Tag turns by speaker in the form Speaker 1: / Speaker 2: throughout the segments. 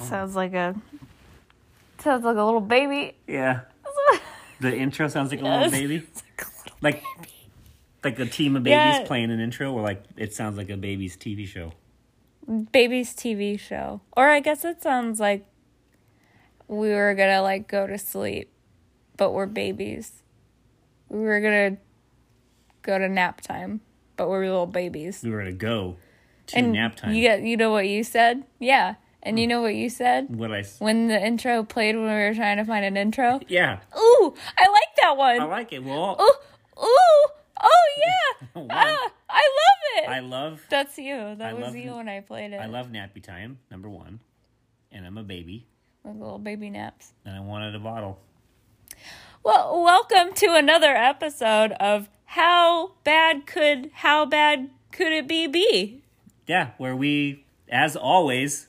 Speaker 1: Sounds like a sounds like a little baby.
Speaker 2: Yeah. The intro sounds like a little
Speaker 1: Yes.
Speaker 2: baby.
Speaker 1: It's like a little-
Speaker 2: Like like a team of babies
Speaker 1: Yeah.
Speaker 2: playing an intro or like it sounds like a baby's TV show.
Speaker 1: Baby's TV show. Or I guess it sounds like we were gonna like go to sleep, but we're babies. We were gonna go to nap time, but we're little babies.
Speaker 2: We were gonna go to
Speaker 1: and
Speaker 2: nap time. Hmm.
Speaker 1: You got you know what you said? Yeah. And you know what you said?
Speaker 2: what I s-
Speaker 1: When the intro played when we were trying to find an intro?
Speaker 2: Yeah.
Speaker 1: Ooh, I like that one.
Speaker 2: I like it. Well
Speaker 1: ooh, ooh, oh yeah.
Speaker 2: Wow.
Speaker 1: ah, I love it.
Speaker 2: I love
Speaker 1: That's you. That
Speaker 2: I
Speaker 1: was
Speaker 2: love-
Speaker 1: you when I played it.
Speaker 2: I love nappy time, number one. And I'm a baby.
Speaker 1: Like little baby naps.
Speaker 2: And I wanted a bottle.
Speaker 1: Well, welcome to another episode of How Bad Could How Bad Could It Be Be?
Speaker 2: Yeah, where we as always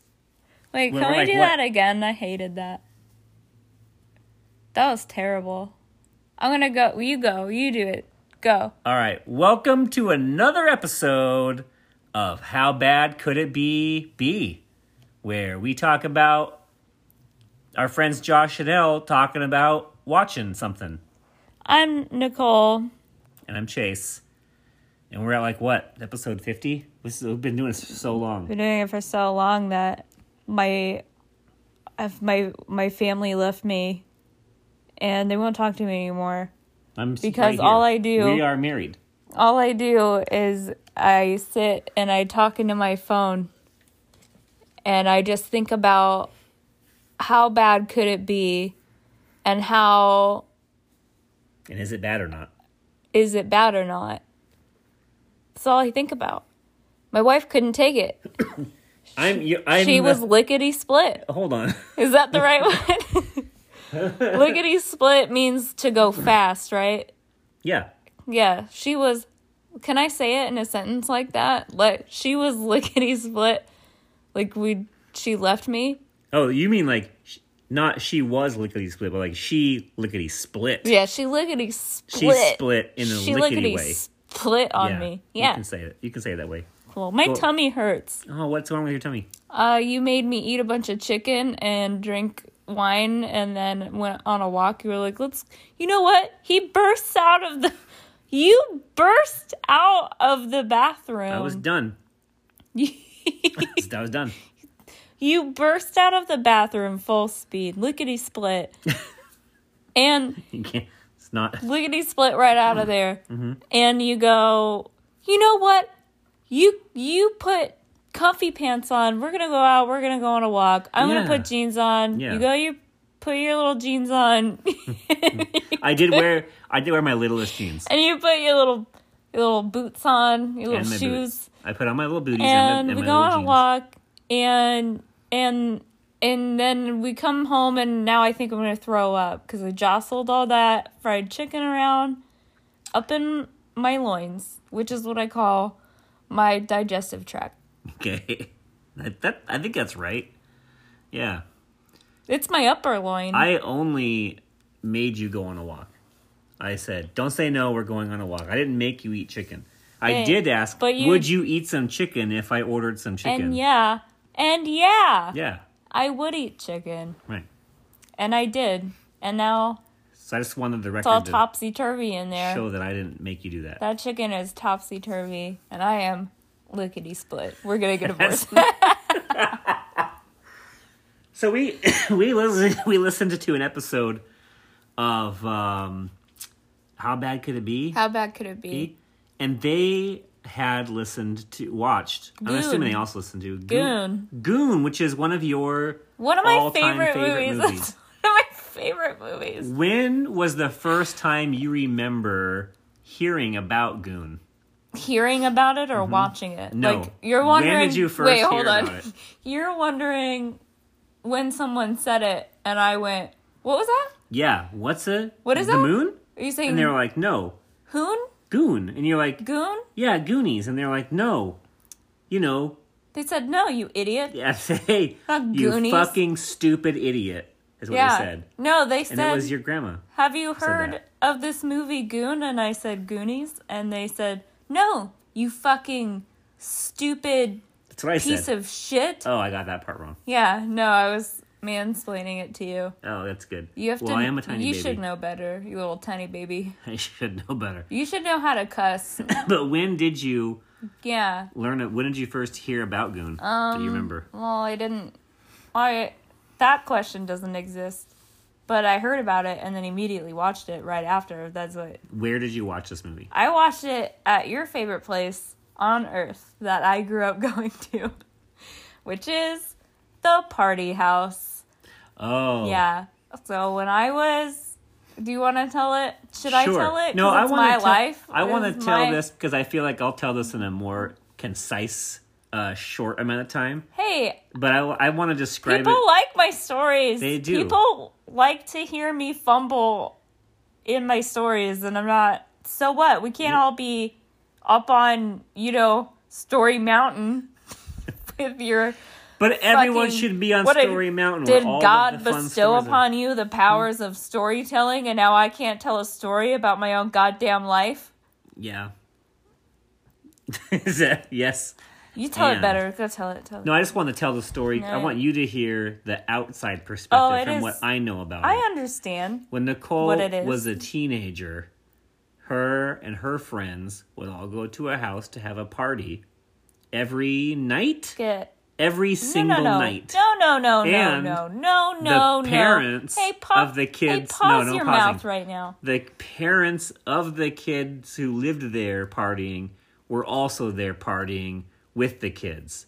Speaker 1: Wait,
Speaker 2: Well,
Speaker 1: can we
Speaker 2: we're like,
Speaker 1: do
Speaker 2: what?
Speaker 1: that again? I hated that. That was terrible. I'm gonna go. You go. You do it. Go.
Speaker 2: All right, welcome to another episode of How Bad Could It Be Be, where we talk about our friends Josh and Elle talking about watching something.
Speaker 1: I'm Nicole.
Speaker 2: And I'm Chase. And we're at like what, episode 50? This is, we've been doing this for so long.
Speaker 1: been doing it for so long that my if my my family left me and they won't talk to me anymore.
Speaker 2: I'm s-
Speaker 1: Because all I do-
Speaker 2: We are married.
Speaker 1: All I do is I sit and I talk into my phone and I just think about how bad could it be and how
Speaker 2: And is it bad or not?
Speaker 1: is it bad or not? That's all I think about. My wife couldn't take it.
Speaker 2: I'm you, I'm
Speaker 1: She
Speaker 2: the-
Speaker 1: was lickety split.
Speaker 2: Hold on.
Speaker 1: Is that the right one? Lickety split means to go fast, right?
Speaker 2: yeah.
Speaker 1: Yeah, she was. Can I say it in a sentence like that? Like she was lickety split. Like we, she left me.
Speaker 2: Oh, you mean like sh- not she was lickety split, but like she lickety split.
Speaker 1: Yeah, she lickety split.
Speaker 2: She split in a
Speaker 1: She
Speaker 2: lickety way.
Speaker 1: split on me.
Speaker 2: You
Speaker 1: Yeah,
Speaker 2: can say it. You can say it that way.
Speaker 1: cool. My
Speaker 2: Well-
Speaker 1: tummy hurts.
Speaker 2: Oh, what's wrong with your tummy?
Speaker 1: Uh, you made me eat a bunch of chicken and drink wine, and then went on a walk. You were like, "Let's," you know what? He bursts out of the. You burst out of the bathroom.
Speaker 2: I was done. I was- I was done.
Speaker 1: you burst out of the bathroom full speed, lickety split, and
Speaker 2: You can't. It's not.
Speaker 1: lickety split right out of there.
Speaker 2: Mm-hmm.
Speaker 1: And you go, you know what? You you put comfy pants on. We're gonna go out. We're gonna go on a walk. I'm gonna
Speaker 2: Yeah.
Speaker 1: put jeans on.
Speaker 2: Yeah.
Speaker 1: You go. You put your little jeans on,
Speaker 2: I did wear. I did wear my littlest jeans
Speaker 1: and you put your little your little boots on. Your
Speaker 2: and
Speaker 1: little
Speaker 2: my
Speaker 1: shoes.
Speaker 2: boots. I put on my little booties and,
Speaker 1: and
Speaker 2: my, and
Speaker 1: we
Speaker 2: my
Speaker 1: go on a
Speaker 2: little jeans.
Speaker 1: walk and and and then we come home and now i think i'm gonna throw up because i jostled all that fried chicken around up in my loins which is what i call my digestive tract
Speaker 2: Okay. That, that I think that's right. Yeah.
Speaker 1: it's my upper loin
Speaker 2: I only made you go on a walk. I said, "Don't say no. We're going on a walk." I didn't make you eat chicken. I
Speaker 1: Yeah,
Speaker 2: did ask,
Speaker 1: but you-
Speaker 2: "Would you eat some chicken if I ordered some chicken?"
Speaker 1: and yeah and yeah,
Speaker 2: Yeah.
Speaker 1: i would eat chicken
Speaker 2: Right.
Speaker 1: and i did and now
Speaker 2: So I just wanted the
Speaker 1: it's all
Speaker 2: record to
Speaker 1: topsy-turvy in there
Speaker 2: show that I didn't make you do that.
Speaker 1: that chicken is topsy-turvy and i am lickety split we're gonna get divorced
Speaker 2: So we we listened we listened to an episode of um, how bad could it be,
Speaker 1: How bad could it be?
Speaker 2: and they had listened to watched. I'm
Speaker 1: Goon.
Speaker 2: assuming they also listened to
Speaker 1: Goon.
Speaker 2: Goon, which is one of your
Speaker 1: One of my
Speaker 2: all-time
Speaker 1: favorite, movies. That's one of my favorite movies.
Speaker 2: When was the first time you remember hearing about Goon?
Speaker 1: Hearing about it or watching it?
Speaker 2: Mm-hmm. No.
Speaker 1: Like you're
Speaker 2: When did
Speaker 1: wondering.
Speaker 2: you first
Speaker 1: wait,
Speaker 2: hear
Speaker 1: hold on.
Speaker 2: about it?
Speaker 1: You're wondering when someone said it, and I went, "What was that?
Speaker 2: Yeah, what's a
Speaker 1: What is
Speaker 2: the
Speaker 1: that?
Speaker 2: moon?
Speaker 1: Are you saying
Speaker 2: And they were like, no,
Speaker 1: Hoon
Speaker 2: Goon, and you're like,
Speaker 1: Goon?"
Speaker 2: yeah, Goonies, and they're like, no, you know,
Speaker 1: They said, "No, you idiot."
Speaker 2: Yeah, hey,
Speaker 1: Not
Speaker 2: you
Speaker 1: Goonies.
Speaker 2: fucking stupid idiot is what
Speaker 1: Yeah.
Speaker 2: you said.
Speaker 1: No, they
Speaker 2: And
Speaker 1: said,
Speaker 2: it was your grandma.
Speaker 1: "Have you heard
Speaker 2: that.
Speaker 1: of this movie Goon?" And I said, "Goonies," and they said, "No, you fucking stupid
Speaker 2: That's what I
Speaker 1: piece
Speaker 2: said.
Speaker 1: of shit.
Speaker 2: oh, I got that part wrong.
Speaker 1: Yeah, no, I was mansplaining it to you.
Speaker 2: Oh, that's good.
Speaker 1: You have
Speaker 2: well,
Speaker 1: to.
Speaker 2: I am a tiny
Speaker 1: you
Speaker 2: baby.
Speaker 1: should know better, you little tiny baby.
Speaker 2: I should know better.
Speaker 1: You should know how to cuss.
Speaker 2: But when did you
Speaker 1: yeah.
Speaker 2: learn it? When did you first hear about Goon? Um, Do you remember?
Speaker 1: Well, I didn't. I that question doesn't exist, but I heard about it and then immediately watched it right after. That's what
Speaker 2: Where did you watch this movie?
Speaker 1: I watched it at your favorite place on earth that I grew up going to, which is the party house.
Speaker 2: Oh,
Speaker 1: Yeah. So when I was, do you want to tell it? Should I
Speaker 2: sure.
Speaker 1: tell it?
Speaker 2: No,
Speaker 1: 'Cause
Speaker 2: I
Speaker 1: it's
Speaker 2: want
Speaker 1: my
Speaker 2: to.
Speaker 1: life.
Speaker 2: I want
Speaker 1: It's
Speaker 2: to tell
Speaker 1: my-
Speaker 2: this because I feel like I'll tell this in a more concise, uh, short amount of time.
Speaker 1: Hey,
Speaker 2: But I, I want to describe
Speaker 1: people
Speaker 2: it.
Speaker 1: like my stories.
Speaker 2: They do.
Speaker 1: People like to hear me fumble in my stories, and I'm not. So what? We can't all be up on you know Story Mountain with your
Speaker 2: But everyone
Speaker 1: fucking-
Speaker 2: should be on
Speaker 1: what a-
Speaker 2: Story Mountain.
Speaker 1: Did
Speaker 2: where all of Hmm.
Speaker 1: God
Speaker 2: the fun
Speaker 1: bestow
Speaker 2: stories are-
Speaker 1: upon you the powers of storytelling, and now I can't tell a story about my own goddamn life?
Speaker 2: Yeah. Is that- yes.
Speaker 1: You tell
Speaker 2: And-
Speaker 1: it better. Go tell it. Tell it.
Speaker 2: No, I just want to tell the story.
Speaker 1: No.
Speaker 2: I want you to hear the outside perspective
Speaker 1: Oh, it
Speaker 2: from
Speaker 1: is-
Speaker 2: what I know about
Speaker 1: I
Speaker 2: it.
Speaker 1: understand.
Speaker 2: When Nicole
Speaker 1: what it is.
Speaker 2: was a teenager, her and her friends would all go to a house to have a party every night,
Speaker 1: Get
Speaker 2: every single
Speaker 1: no, no.
Speaker 2: night.
Speaker 1: No, no, no, no,
Speaker 2: And
Speaker 1: no, no, no, no.
Speaker 2: parents
Speaker 1: hey, pa-
Speaker 2: of the kids-
Speaker 1: Hey,
Speaker 2: no,
Speaker 1: pause
Speaker 2: no
Speaker 1: your
Speaker 2: pausing.
Speaker 1: mouth right now.
Speaker 2: The parents of the kids who lived there partying were also there partying with the kids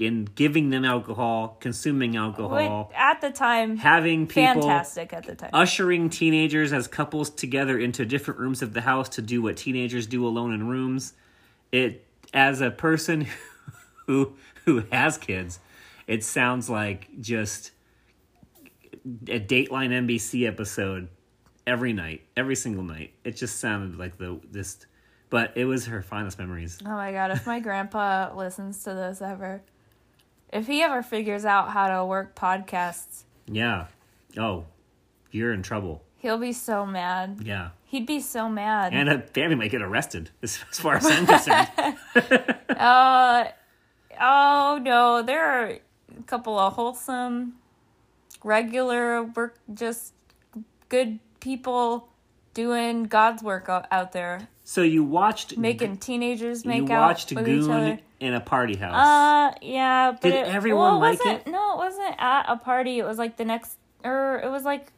Speaker 2: and giving them alcohol, consuming alcohol,
Speaker 1: Wait, at the time,
Speaker 2: having people Uh,
Speaker 1: fantastic. At the time,
Speaker 2: ushering teenagers as couples together into different rooms of the house to do what teenagers do alone in rooms. It as a person who who has kids, it sounds like just a Dateline NBC episode every night, every single night. It just sounded like the this but it was her finest memories.
Speaker 1: oh my god! If my grandpa listens to this ever, if he ever figures out how to work podcasts,
Speaker 2: Yeah. Oh, you're in trouble.
Speaker 1: he'll be so mad.
Speaker 2: Yeah.
Speaker 1: He'd be so mad.
Speaker 2: And a family might get arrested as, as far as I'm concerned.
Speaker 1: Uh, oh no, there are a couple of wholesome, regular work, just good people doing God's work o- out there,
Speaker 2: So you watched
Speaker 1: making teenagers make
Speaker 2: you
Speaker 1: out
Speaker 2: watched
Speaker 1: with each
Speaker 2: Goon
Speaker 1: other.
Speaker 2: in a party house.
Speaker 1: Uh, yeah, but
Speaker 2: Did
Speaker 1: it,
Speaker 2: everyone
Speaker 1: well, it
Speaker 2: like
Speaker 1: wasn't,
Speaker 2: it?
Speaker 1: No, it wasn't at a party. It was like the next, or it was like.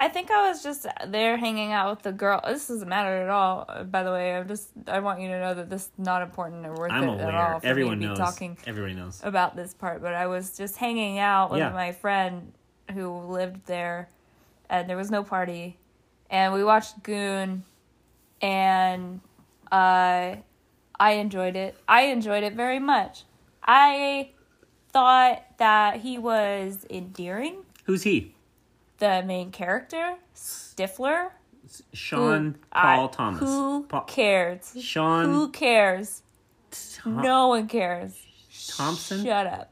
Speaker 1: I think I was just there hanging out with the girl. This doesn't matter at all, uh, by the way. I'm just I want you to know that this is not important or worth
Speaker 2: I'm
Speaker 1: it at all.
Speaker 2: aware.
Speaker 1: For
Speaker 2: Everyone
Speaker 1: me to
Speaker 2: knows.
Speaker 1: be talking Oh.
Speaker 2: Everybody knows.
Speaker 1: about this part, but I was just hanging out with
Speaker 2: Yeah.
Speaker 1: my friend who lived there, and there was no party, and we watched Goon, and uh, I enjoyed it. I enjoyed it very much. I thought that he was endearing.
Speaker 2: Who's he?
Speaker 1: The main character, Stifler.
Speaker 2: Sean
Speaker 1: who I-
Speaker 2: Paul Thomas.
Speaker 1: Who
Speaker 2: Pa-
Speaker 1: cares?
Speaker 2: Sean
Speaker 1: Who cares?
Speaker 2: Tom-
Speaker 1: No one cares.
Speaker 2: Thompson.
Speaker 1: Shut up.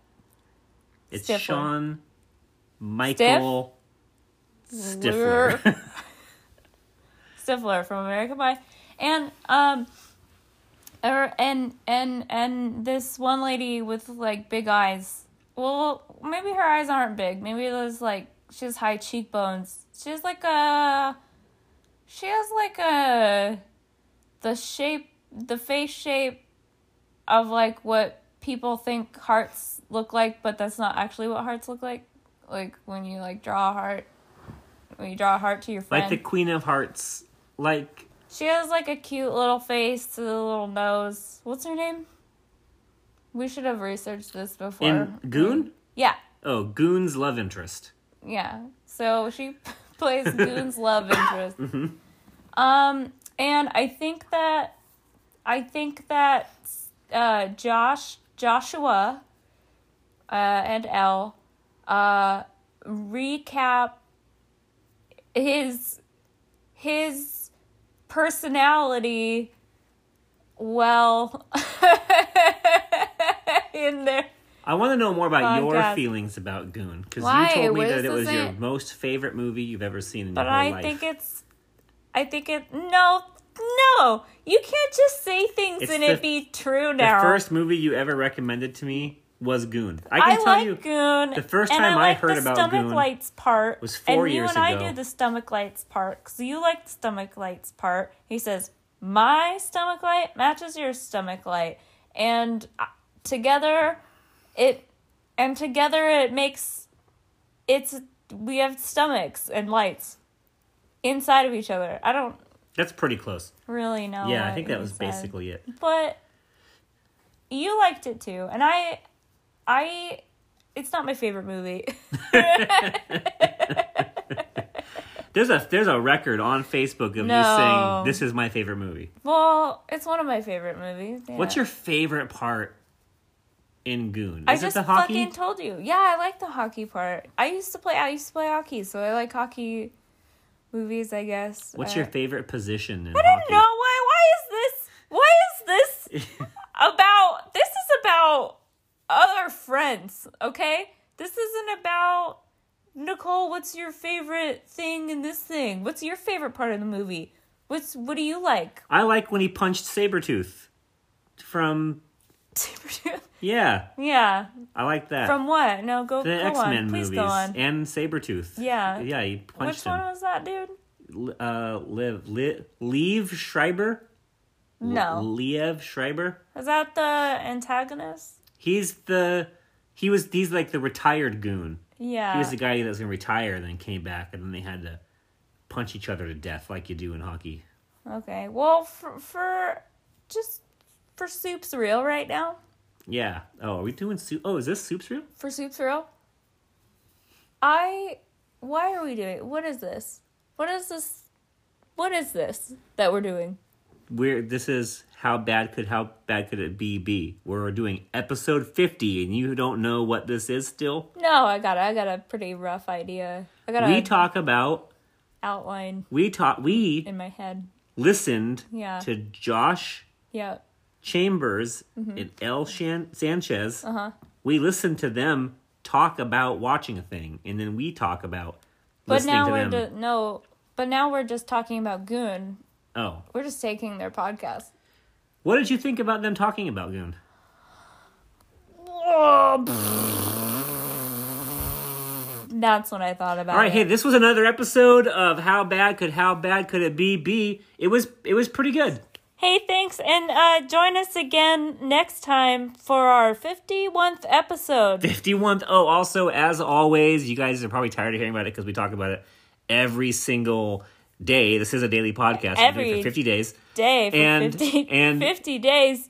Speaker 2: it's
Speaker 1: Stifler.
Speaker 2: Sean Michael Stifler.
Speaker 1: Stifler from American Pie, and um, er, and and and this one lady with like big eyes. Well, maybe her eyes aren't big. Maybe it was like she has high cheekbones. She has like a, she has like a, the shape, the face shape, of like what people think hearts look like, but that's not actually what hearts look like. Like when you like draw a heart, when you draw a heart to your friend.
Speaker 2: like the Queen of Hearts. Like
Speaker 1: She has like a cute little face to the little nose. What's her name? We should have researched this before.
Speaker 2: in Goon?
Speaker 1: yeah,
Speaker 2: Oh, Goon's love interest.
Speaker 1: yeah. So she plays Goon's love interest. Um, and I think that, I think that, uh, Josh, Joshua, uh, and L, uh, recap his his personality well in there.
Speaker 2: I want to know more about your
Speaker 1: Podcast.
Speaker 2: feelings about Goon because
Speaker 1: Why?
Speaker 2: you told me
Speaker 1: What
Speaker 2: that
Speaker 1: is
Speaker 2: it was
Speaker 1: this
Speaker 2: your
Speaker 1: in-
Speaker 2: most favorite movie you've ever seen in
Speaker 1: But
Speaker 2: your whole
Speaker 1: I
Speaker 2: life.
Speaker 1: think it's I think it no no You can't just say things
Speaker 2: It's
Speaker 1: and
Speaker 2: the-
Speaker 1: it be true
Speaker 2: The
Speaker 1: now.
Speaker 2: first movie you ever recommended to me was Goon. I
Speaker 1: I,
Speaker 2: can tell
Speaker 1: like
Speaker 2: you
Speaker 1: Goon.
Speaker 2: the first
Speaker 1: and
Speaker 2: time I
Speaker 1: I, like
Speaker 2: heard
Speaker 1: the
Speaker 2: about
Speaker 1: stomach
Speaker 2: Goon
Speaker 1: lights part
Speaker 2: was four
Speaker 1: and
Speaker 2: years
Speaker 1: you and
Speaker 2: ago.
Speaker 1: I do the stomach lights part because you like the stomach lights part. He says my stomach light matches your stomach light, and uh, together it and together it makes it's we have stomachs and lights inside of each other. I don't
Speaker 2: that's pretty close.
Speaker 1: really know.
Speaker 2: yeah, I
Speaker 1: what
Speaker 2: think that
Speaker 1: he
Speaker 2: was
Speaker 1: said
Speaker 2: basically it.
Speaker 1: but you liked it too and i i it's not my favorite movie
Speaker 2: There's a there's a record on Facebook of you
Speaker 1: No.
Speaker 2: saying this is my favorite movie.
Speaker 1: well it's one of my favorite movies yeah.
Speaker 2: What's your favorite part in Goon? Is
Speaker 1: i
Speaker 2: it
Speaker 1: just
Speaker 2: the hockey?
Speaker 1: fucking told you yeah i like the hockey part i used to play i used to play hockey so i like hockey movies i guess
Speaker 2: What's
Speaker 1: Uh,
Speaker 2: your favorite position in
Speaker 1: i don't know why why is this why is this
Speaker 2: hockey?
Speaker 1: about this is about other friends, okay? This isn't about Nicole, what's your favorite thing in this thing? What's your favorite part of the movie? What's what do you like?
Speaker 2: I like when he punched Sabretooth from yeah,
Speaker 1: yeah.
Speaker 2: I like that.
Speaker 1: From what? No, go,
Speaker 2: the
Speaker 1: go
Speaker 2: X Men
Speaker 1: on.
Speaker 2: movies
Speaker 1: Please go on.
Speaker 2: and Sabretooth.
Speaker 1: Yeah.
Speaker 2: Yeah, he
Speaker 1: Which
Speaker 2: punched
Speaker 1: one
Speaker 2: him.
Speaker 1: was that, dude?
Speaker 2: L- uh Liv Li- Leave Schreiber?
Speaker 1: No.
Speaker 2: Liev Schreiber?
Speaker 1: Is that the antagonist?
Speaker 2: He's the he was he's like the retired goon. He
Speaker 1: Yeah.
Speaker 2: was the guy that was gonna retire and then came back and then they had to punch each other to death like you do in hockey.
Speaker 1: Okay. Well, for, for just for Soup's Real right now.
Speaker 2: Yeah. Oh, are we doing soup? Oh, is this soups real?
Speaker 1: for Soup Thrill. I why are we doing what is this? What is this what is this that we're doing?
Speaker 2: We're this is how bad could how bad could it be be? We're doing episode fifty and you don't know what this is still.
Speaker 1: No, I got I got a pretty rough idea. I got
Speaker 2: We
Speaker 1: an
Speaker 2: talk about
Speaker 1: outline
Speaker 2: we taught we
Speaker 1: in my head.
Speaker 2: listened
Speaker 1: Yeah.
Speaker 2: to Josh
Speaker 1: Yeah.
Speaker 2: Chambers and El Shan- Sanchez.
Speaker 1: Mm-hmm. Uh-huh.
Speaker 2: We listened to them talk about watching a thing, and then we talk about
Speaker 1: But
Speaker 2: listening
Speaker 1: now
Speaker 2: to
Speaker 1: we're
Speaker 2: them.
Speaker 1: ju- no but now we're just talking about Goon.
Speaker 2: oh,
Speaker 1: We're just taking their podcast.
Speaker 2: what did you think about them talking about Goon?
Speaker 1: That's what I thought about.
Speaker 2: All right,
Speaker 1: it.
Speaker 2: hey, this was another episode of How Bad Could How Bad Could It Be Be. It was it was pretty good.
Speaker 1: Hey, thanks, and uh, join us again next time for our 51th episode.
Speaker 2: 51th. Oh, also, as always, you guys are probably tired of hearing about it because we talk about it every single day. This is a daily podcast. We've been doing it
Speaker 1: Every-
Speaker 2: for 50 days.
Speaker 1: day for
Speaker 2: And-
Speaker 1: 50,
Speaker 2: and-
Speaker 1: 50 days.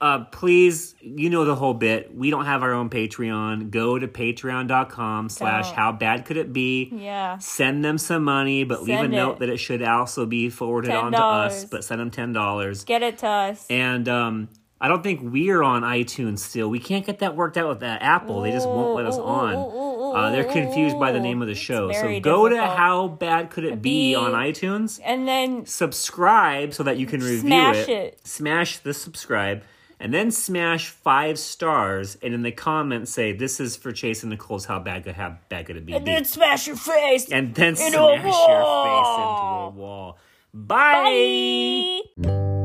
Speaker 2: uh, please, you know the whole bit. We don't have our own Patreon. Go to patreon.com slash
Speaker 1: Don't.
Speaker 2: how bad could it be.
Speaker 1: Yeah.
Speaker 2: Send them some money, but leave a
Speaker 1: Send
Speaker 2: note
Speaker 1: it.
Speaker 2: that it should also be forwarded on to us,
Speaker 1: $10.
Speaker 2: but send them $10.
Speaker 1: Get it to us.
Speaker 2: And um, I don't think we're on iTunes still. We can't get that worked out with uh, Apple. They just won't let us
Speaker 1: Ooh, ooh,
Speaker 2: on.
Speaker 1: ooh, ooh,
Speaker 2: uh, they're
Speaker 1: ooh,
Speaker 2: confused by the
Speaker 1: ooh.
Speaker 2: name of the
Speaker 1: It's
Speaker 2: show. So
Speaker 1: very
Speaker 2: go to
Speaker 1: difficult.
Speaker 2: how bad could it be,
Speaker 1: Be-
Speaker 2: on iTunes
Speaker 1: And then
Speaker 2: subscribe so that you can review
Speaker 1: Smash
Speaker 2: it.
Speaker 1: it.
Speaker 2: Smash the subscribe. And then smash five stars and in the comments say, This is for Chase and Nicole's how bad could how bad could it be.
Speaker 1: and then smash your face.
Speaker 2: and then
Speaker 1: into a
Speaker 2: smash your face into a
Speaker 1: wall.
Speaker 2: wall. Bye.
Speaker 1: Bye.